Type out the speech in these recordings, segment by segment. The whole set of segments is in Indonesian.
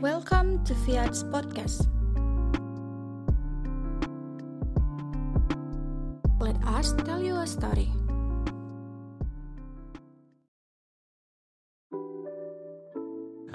to Fiat's podcast. Let us tell you a story.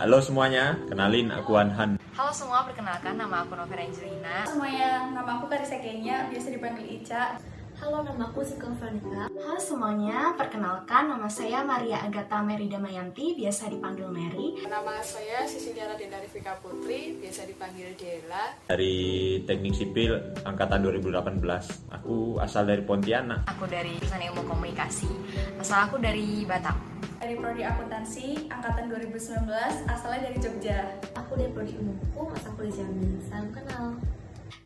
Halo semuanya, kenalin aku Anhan. Halo semua, perkenalkan nama aku Novera Angelina. semuanya, nama aku Karisa Kenya, biasa dipanggil Ica. Halo, nama aku Sugeng Veronica. Halo semuanya, perkenalkan nama saya Maria Agatha Mary Damayanti, biasa dipanggil Mary. Nama saya Sisilia Radinda Rifika Putri, biasa dipanggil Dela. Dari Teknik Sipil Angkatan 2018. Aku asal dari Pontianak. Aku dari jurusan ilmu komunikasi, asal aku dari Batam. Dari Prodi Akuntansi, Angkatan 2019, asalnya dari Jogja. Aku dari Prodi Umum Hukum, asal aku dari Jambi. Salam kenal.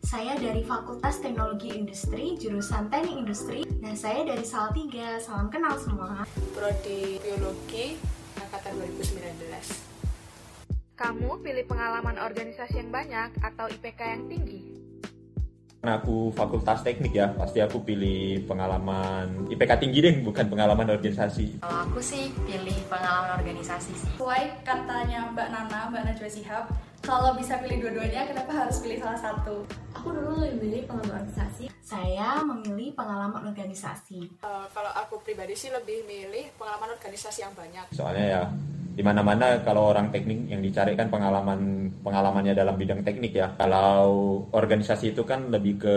Saya dari Fakultas Teknologi Industri, jurusan Teknik Industri. Nah, saya dari Salatiga. Salam kenal semua. Prodi Biologi, Angkatan 2019. Kamu pilih pengalaman organisasi yang banyak atau IPK yang tinggi? Karena aku fakultas teknik ya, pasti aku pilih pengalaman IPK tinggi deh, bukan pengalaman organisasi. Kalau aku sih pilih pengalaman organisasi sih. Sesuai katanya Mbak Nana, Mbak Najwa Shihab, kalau bisa pilih dua-duanya, kenapa harus pilih salah satu? Aku dulu lebih milih pengalaman organisasi. Saya memilih pengalaman organisasi. Eh, kalau aku pribadi sih lebih milih pengalaman organisasi yang banyak. Soalnya ya, di mana-mana kalau orang teknik yang dicari kan pengalaman pengalamannya dalam bidang teknik ya. Kalau organisasi itu kan lebih ke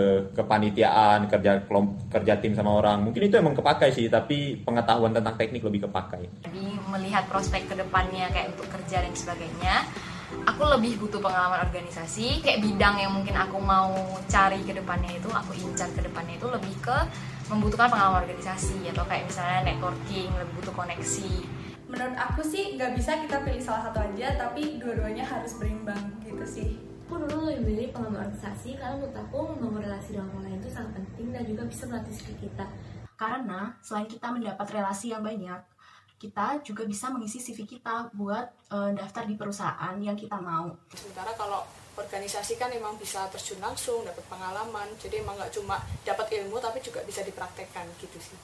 kepanitiaan, kerja kelomp- kerja tim sama orang. Mungkin itu emang kepakai sih, tapi pengetahuan tentang teknik lebih kepakai. Jadi melihat prospek kedepannya kayak untuk kerja dan sebagainya, aku lebih butuh pengalaman organisasi. Kayak bidang yang mungkin aku mau cari kedepannya itu, aku incar kedepannya itu lebih ke membutuhkan pengalaman organisasi atau kayak misalnya networking, lebih butuh koneksi. Menurut aku sih, nggak bisa kita pilih salah satu aja, tapi dua-duanya harus berimbang gitu sih. Aku dulu lebih milih pengalaman organisasi karena menurut aku membangun relasi dengan orang lain itu sangat penting dan juga bisa melatih skill kita. Karena selain kita mendapat relasi yang banyak, kita juga bisa mengisi CV kita buat eh, daftar di perusahaan yang kita mau. Sementara kalau organisasi kan memang bisa terjun langsung, dapat pengalaman. Jadi emang nggak cuma dapat ilmu, tapi juga bisa dipraktekkan gitu sih.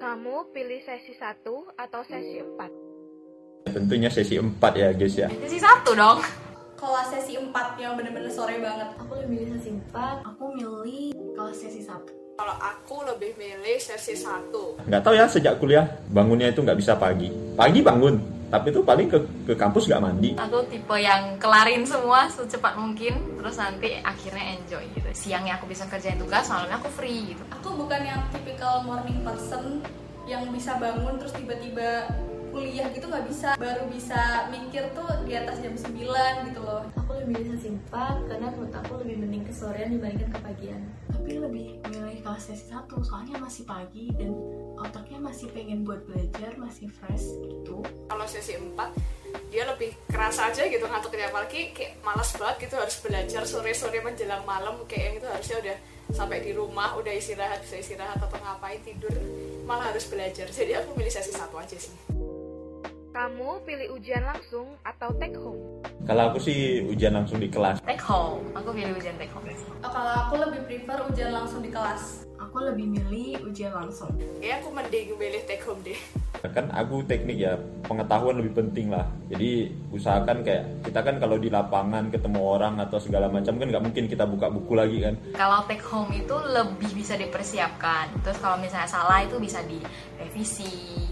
Kamu pilih sesi 1 atau sesi 4? Tentunya sesi 4 ya guys ya. Sesi satu dong. Kalau sesi 4 yang bener-bener sore banget, Aku lebih milih sesi 4. Aku milih kelas sesi satu. Kalau aku lebih milih sesi 1. Nggak tahu ya sejak kuliah bangunnya itu nggak bisa pagi. Pagi bangun, tapi itu paling ke, ke kampus nggak mandi. aku tipe yang kelarin semua secepat mungkin terus nanti akhirnya enjoy gitu siangnya aku bisa kerjain tugas malamnya aku free gitu aku bukan yang tipikal morning person yang bisa bangun terus tiba-tiba kuliah gitu nggak bisa baru bisa mikir tuh di atas jam 9 gitu loh Aku lebih milih sesi 4 karena menurut aku lebih penting kesorean dibandingkan kepagian. tapi lebih milih kelas sesi satu soalnya masih pagi dan otaknya masih pengen buat belajar masih fresh gitu Kalau sesi 4, dia lebih kerasa aja gitu ngantuknya. Apalagi kayak malas banget gitu harus belajar sore-sore menjelang malam. Kayak yang itu harusnya udah sampai di rumah, udah istirahat, bisa istirahat atau ngapain, tidur. Malah harus belajar. Jadi aku milih sesi 1 aja sih. Kamu pilih ujian langsung atau take home? Kalau aku sih ujian langsung di kelas. take home aku pilih ujian take home Oh, kalau aku lebih prefer ujian langsung di kelas aku lebih milih ujian langsung Ya aku mending milih take home deh. Kan aku teknik ya, pengetahuan lebih penting lah. Jadi usahakan kayak kita kan kalau di lapangan ketemu orang atau segala macam kan nggak mungkin kita buka buku lagi kan. kalau take home itu lebih bisa dipersiapkan terus kalau misalnya salah itu bisa direvisi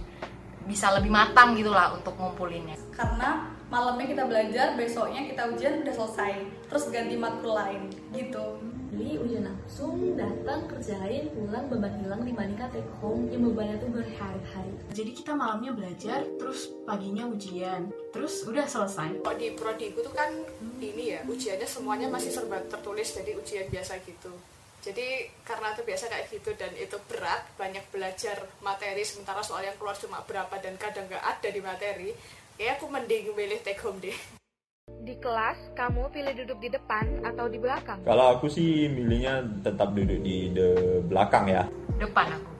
bisa lebih matang gitulah untuk ngumpulinnya karena malamnya kita belajar besoknya kita ujian udah selesai terus ganti matkul lain gitu Jadi ujian langsung, datang, kerjain, pulang, beban hilang dibandingkan take home yang bebannya tuh berhari-hari. jadi kita malamnya belajar terus paginya ujian terus udah selesai Kalau di prodiku tuh kan ini ya ujiannya semuanya masih serba tertulis jadi ujian biasa gitu. Jadi karena itu biasa kayak gitu dan itu berat banyak belajar materi sementara soal yang keluar cuma berapa dan kadang nggak ada di materi. Ya aku mending milih take home deh. Di kelas, kamu pilih duduk di depan atau di belakang? Kalau aku sih milihnya tetap duduk di de belakang ya. depan aku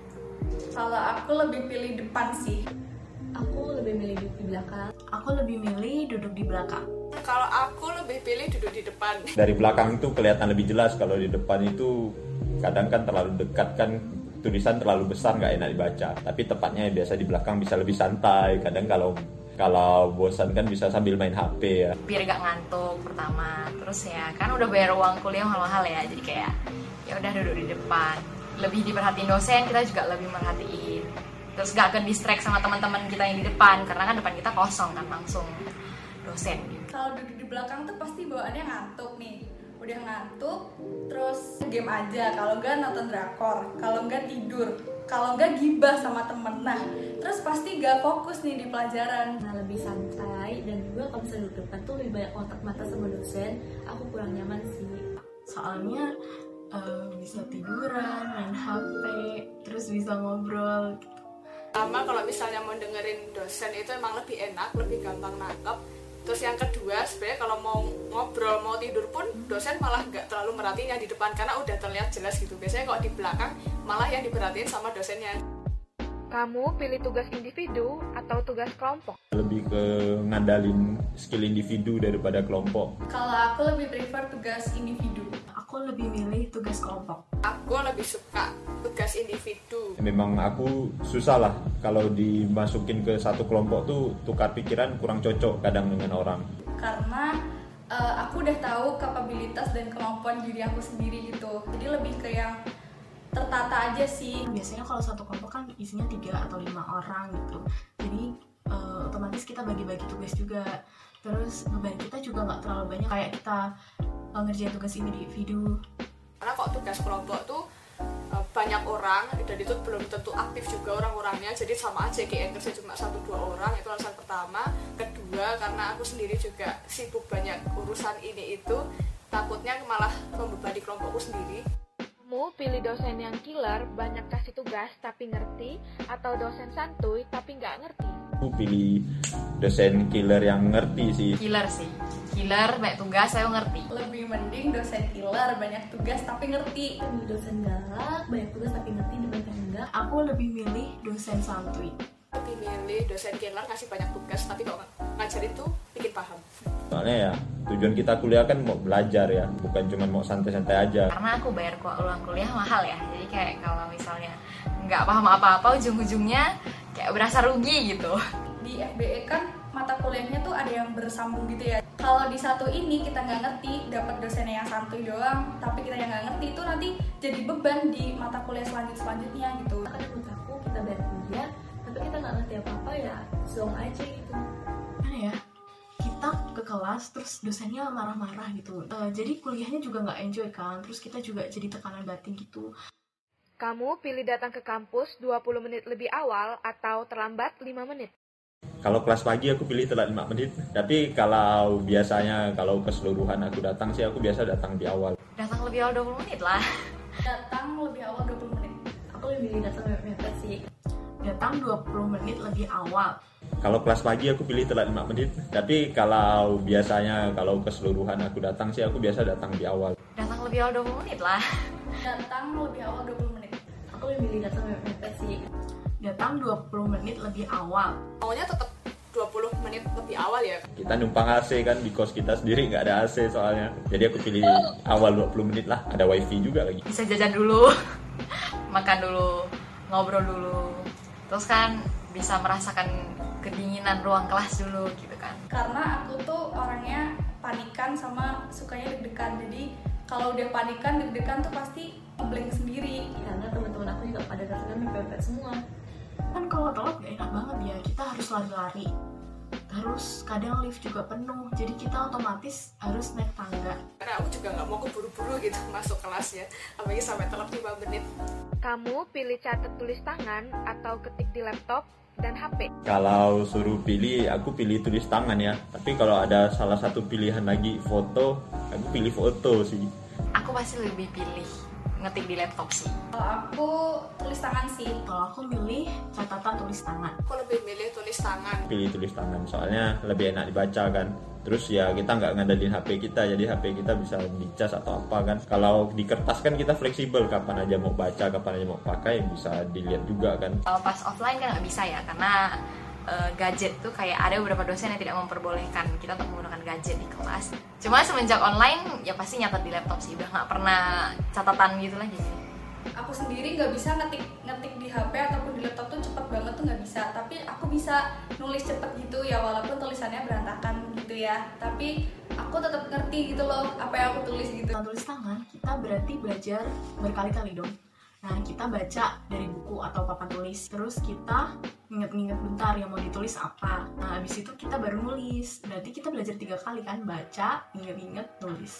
kalau aku lebih pilih depan sih Aku lebih milih di di belakang. aku lebih milih duduk di belakang Kalau aku lebih pilih duduk di depan. Dari belakang itu kelihatan lebih jelas. Kalau di depan itu kadang kan terlalu dekat kan ya tulisan terlalu besar nggak enak dibaca. Tapi tepatnya biasa di belakang bisa lebih santai. Kadang kalau kalau bosan kan bisa sambil main HP ya biar gak ngantuk pertama terus ya kan udah bayar uang kuliah mahal-mahal ya jadi kayak ya udah duduk di depan lebih diperhatiin dosen kita juga lebih merhatiin terus gak ke distract sama teman-teman kita yang di depan karena kan depan kita kosong kan langsung dosen kalau duduk di belakang tuh pasti bawaannya ngantuk nih udah ngantuk terus game aja kalau enggak nonton drakor kalau enggak tidur kalau enggak gibah sama temen nah terus pasti gak fokus nih di pelajaran Nah, lebih santai dan juga kalau misalnya duduk depan tuh lebih banyak kontak mata sama dosen, aku kurang nyaman sih. soalnya eh, bisa tiduran main HP terus bisa ngobrol gitu. Pertama kalau misalnya mau dengerin dosen itu emang lebih enak, lebih gampang nangkep. Terus yang kedua sebenarnya kalau mau ngobrol mau tidur pun dosen malah nggak terlalu merhatiin yang di depan karena udah terlihat jelas gitu. Biasanya kalau di belakang malah yang diperhatiin sama dosennya. Kamu pilih tugas individu atau tugas kelompok. lebih ke ngandalin skill individu daripada kelompok kalau aku lebih prefer tugas individu aku lebih milih tugas kelompok Aku lebih suka tugas individu. memang aku susah lah kalau dimasukin ke satu kelompok tuh tukar pikiran kurang cocok kadang dengan orang karena eh, aku udah tahu kapabilitas dan kemampuan diri aku sendiri gitu jadi lebih ke yang tertata aja sih biasanya kalau satu kelompok kan isinya tiga atau lima orang gitu jadi eh, otomatis kita bagi-bagi tugas juga terus beban kita juga nggak terlalu banyak kayak kita eh, ngerjain tugas individu Karena kalau tugas kelompok tuh eh, banyak orang dan itu belum tentu aktif juga orang-orangnya jadi sama aja kayak kerja cuma satu dua orang itu alasan pertama kedua karena aku sendiri juga sibuk banyak urusan ini itu takutnya malah membebani kelompokku sendiri Kamu pilih dosen yang killer, banyak kasih tugas tapi ngerti, atau dosen santuy tapi nggak ngerti. aku pilih dosen killer yang ngerti sih killer sih killer banyak tugas saya ngerti lebih mending dosen killer banyak tugas tapi ngerti Lebih dosen galak, banyak tugas tapi ngerti dibanding enggak. aku lebih milih dosen santuy lebih milih dosen killer ngasih banyak tugas tapi kalau ngajarin tuh bikin paham soalnya ya tujuan kita kuliah kan mau belajar ya bukan cuma mau santai-santai aja karena aku bayar ku- uang kuliah mahal ya jadi kayak kalau misalnya nggak paham apa-apa ujung-ujungnya kayak berasa rugi gitu di FBE kan mata kuliahnya tuh ada yang bersambung gitu ya kalau di satu ini kita nggak ngerti dapat dosennya yang santuy doang tapi kita yang nggak ngerti itu nanti jadi beban di mata kuliah selanjut selanjutnya gitu Karena menurut aku kita bayar kuliah, tapi kita nggak ngerti apa-apa ya, zonk aja gitu. mana ya kita ke kelas terus dosennya marah-marah gitu Eh, jadi kuliahnya juga nggak enjoy kan terus kita juga jadi tekanan batin gitu Kamu pilih datang ke kampus 20 menit lebih awal atau terlambat 5 menit. kalau kelas pagi aku pilih telat 5 menit tapi kalau biasanya kalau keseluruhan aku datang sih aku biasa datang di awal datang lebih awal 20 menit lah datang lebih awal 20 menit Aku lebih milih datang mepet sih. datang 20 menit lebih awal kalau kelas pagi aku pilih telat 5 menit tapi kalau biasanya kalau keseluruhan aku datang sih aku biasa datang di awal datang lebih awal 20 menit lah datang lebih awal 20 menit Aku lebih milih datang mepet sih. datang 20 menit lebih awal maunya tetap 20 menit lebih awal ya kita numpang AC kan di kos kita sendiri nggak ada AC soalnya jadi aku pilih awal 20 menit lah ada wifi juga lagi bisa jajan dulu makan dulu ngobrol dulu terus kan bisa merasakan kedinginan ruang kelas dulu gitu kan karena aku tuh orangnya panikan sama sukanya deg-degan jadi kalau udah panikan deg-degan tuh pasti ngeblank sendiri Karena teman-teman aku juga pada datangnya mepet-mepet semua. kan kalau telat gak enak banget ya kita harus lari-lari terus kadang lift juga penuh jadi kita otomatis harus naik tangga karena aku juga nggak mau keburu-buru gitu masuk kelas ya apalagi sampai telat 5 menit Kamu pilih catat tulis tangan atau ketik di laptop dan HP. kalau suruh pilih aku pilih tulis tangan ya tapi kalau ada salah satu pilihan lagi foto aku pilih foto sih aku pasti lebih pilih ngetik di laptop sih kalau aku tulis tangan sih kalau aku milih catatan tulis tangan aku lebih milih tulis tangan pilih tulis tangan soalnya lebih enak dibaca kan terus ya kita nggak ngandelin HP kita jadi HP kita bisa dicas atau apa kan kalau di kertas kan kita fleksibel kapan aja mau baca kapan aja mau pakai bisa dilihat juga kan Kalau pas offline kan nggak bisa ya karena eh, gadget tuh kayak ada beberapa dosen yang tidak memperbolehkan kita untuk menggunakan gadget di kelas cuma semenjak online ya pasti nyatet di laptop sih udah nggak pernah catatan gitu lagi sih aku sendiri nggak bisa ngetik ngetik di HP ataupun di laptop tuh cepet banget tuh nggak bisa tapi aku bisa nulis cepet gitu ya walaupun tulisannya berantakan gitu ya tapi aku tetap ngerti gitu loh apa yang aku tulis gitu Dengan tulis tangan, kita berarti belajar berkali-kali dong. Nah, kita baca dari buku atau papan tulis. Terus kita nginget-nginget bentar yang mau ditulis apa. Nah, habis itu kita baru nulis. Berarti kita belajar tiga kali kan, baca, nginget-nginget, nulis.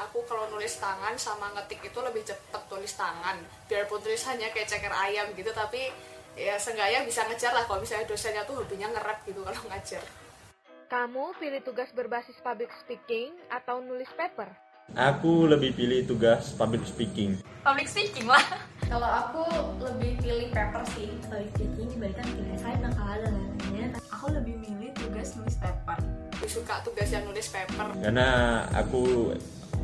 aku kalau nulis tangan sama ngetik itu lebih cepet tulis tangan biarpun tulisannya kayak ceker ayam gitu tapi ya seenggaknya bisa ngejar lah kalau misalnya dosennya tuh hobinya ngerap gitu kalau ngajar Kamu pilih tugas berbasis public speaking atau nulis paper? Aku lebih pilih tugas public speaking. public speaking lah kalau aku lebih pilih paper sih Public speaking dibandingkan bikin esai makalah dan lain-lainnya. Aku lebih milih tugas nulis paper. Aku suka tugas yang nulis paper Karena aku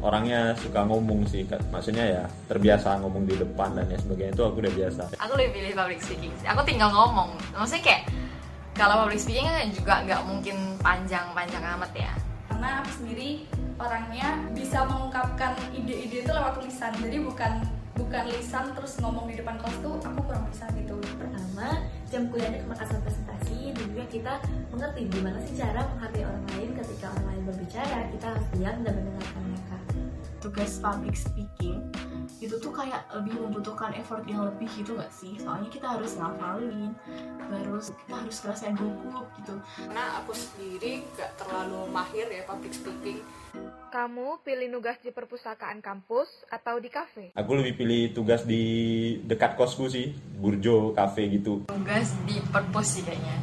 orangnya suka ngomong sih, Kak. maksudnya ya terbiasa ngomong di depan dan ya sebagainya itu aku udah biasa. aku lebih pilih public speaking sih. aku tinggal ngomong maksudnya kayak kalau public speaking kan juga nggak mungkin panjang-panjang amat ya karena aku sendiri orangnya bisa mengungkapkan ide-ide itu lewat tulisan jadi bukan bukan lisan terus ngomong di depan kelas tuh aku kurang bisa gitu Pertama, jam kuliahnya kemakasan presentasi dan juga kita mengerti gimana sih cara menghargai orang lain ketika orang lain berbicara, kita harus diam dan mendengarkan mereka. Tugas public speaking itu tuh kayak lebih membutuhkan effort yang lebih gitu nggak sih? Soalnya kita harus ngafalin, terus kita harus ngerasain gugup gitu. karena aku sendiri nggak terlalu mahir ya public speaking Kamu pilih nugas di perpustakaan kampus atau di kafe? Aku lebih pilih tugas di dekat kosku sih, Burjo, cafe gitu. tugas di perpus sih kayaknya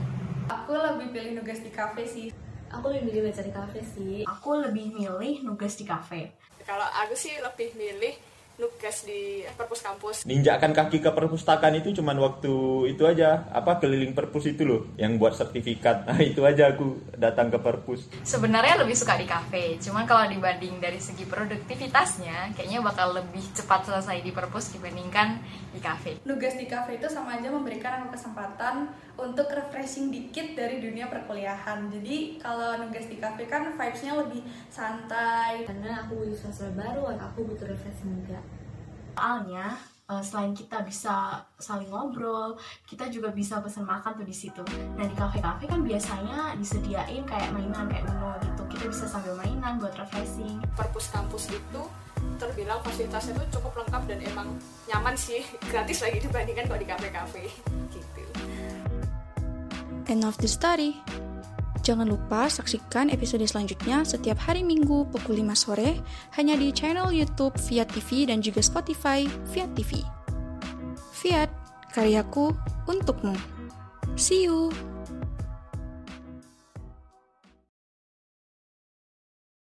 aku lebih pilih nugas di kafe sih Aku lebih milih baca di kafe sih. Aku lebih milih nugas di kafe. kalau aku sih lebih milih nugas di perpus kampus Ninjakan kaki ke perpustakaan itu cuman waktu itu aja, apa keliling perpus itu loh, yang buat sertifikat. Nah itu aja aku datang ke perpus. sebenarnya lebih suka di kafe cuman kalau dibanding dari segi produktivitasnya kayaknya bakal lebih cepat selesai di perpus dibandingkan di kafe nugas di kafe itu sama aja memberikan aku kesempatan untuk refreshing dikit dari dunia perkuliahan jadi kalau nugas di kafe kan vibesnya lebih santai Karena aku butuh suasana baru, aku butuh refreshing juga. soalnya eh, selain kita bisa saling ngobrol, kita juga bisa pesan makan tuh di situ. Nah di kafe-kafe kan biasanya disediain kayak mainan kayak Uno gitu. Kita bisa sambil mainan buat refreshing. perpus kampus itu terbilang fasilitasnya itu cukup lengkap dan emang nyaman sih gratis lagi dibandingkan kalau di kafe-kafe gitu End of the story. Jangan lupa saksikan episode selanjutnya setiap hari Minggu pukul 5 sore hanya di channel YouTube Fiat TV dan juga Spotify Fiat TV. Fiat, karyaku untukmu. See you.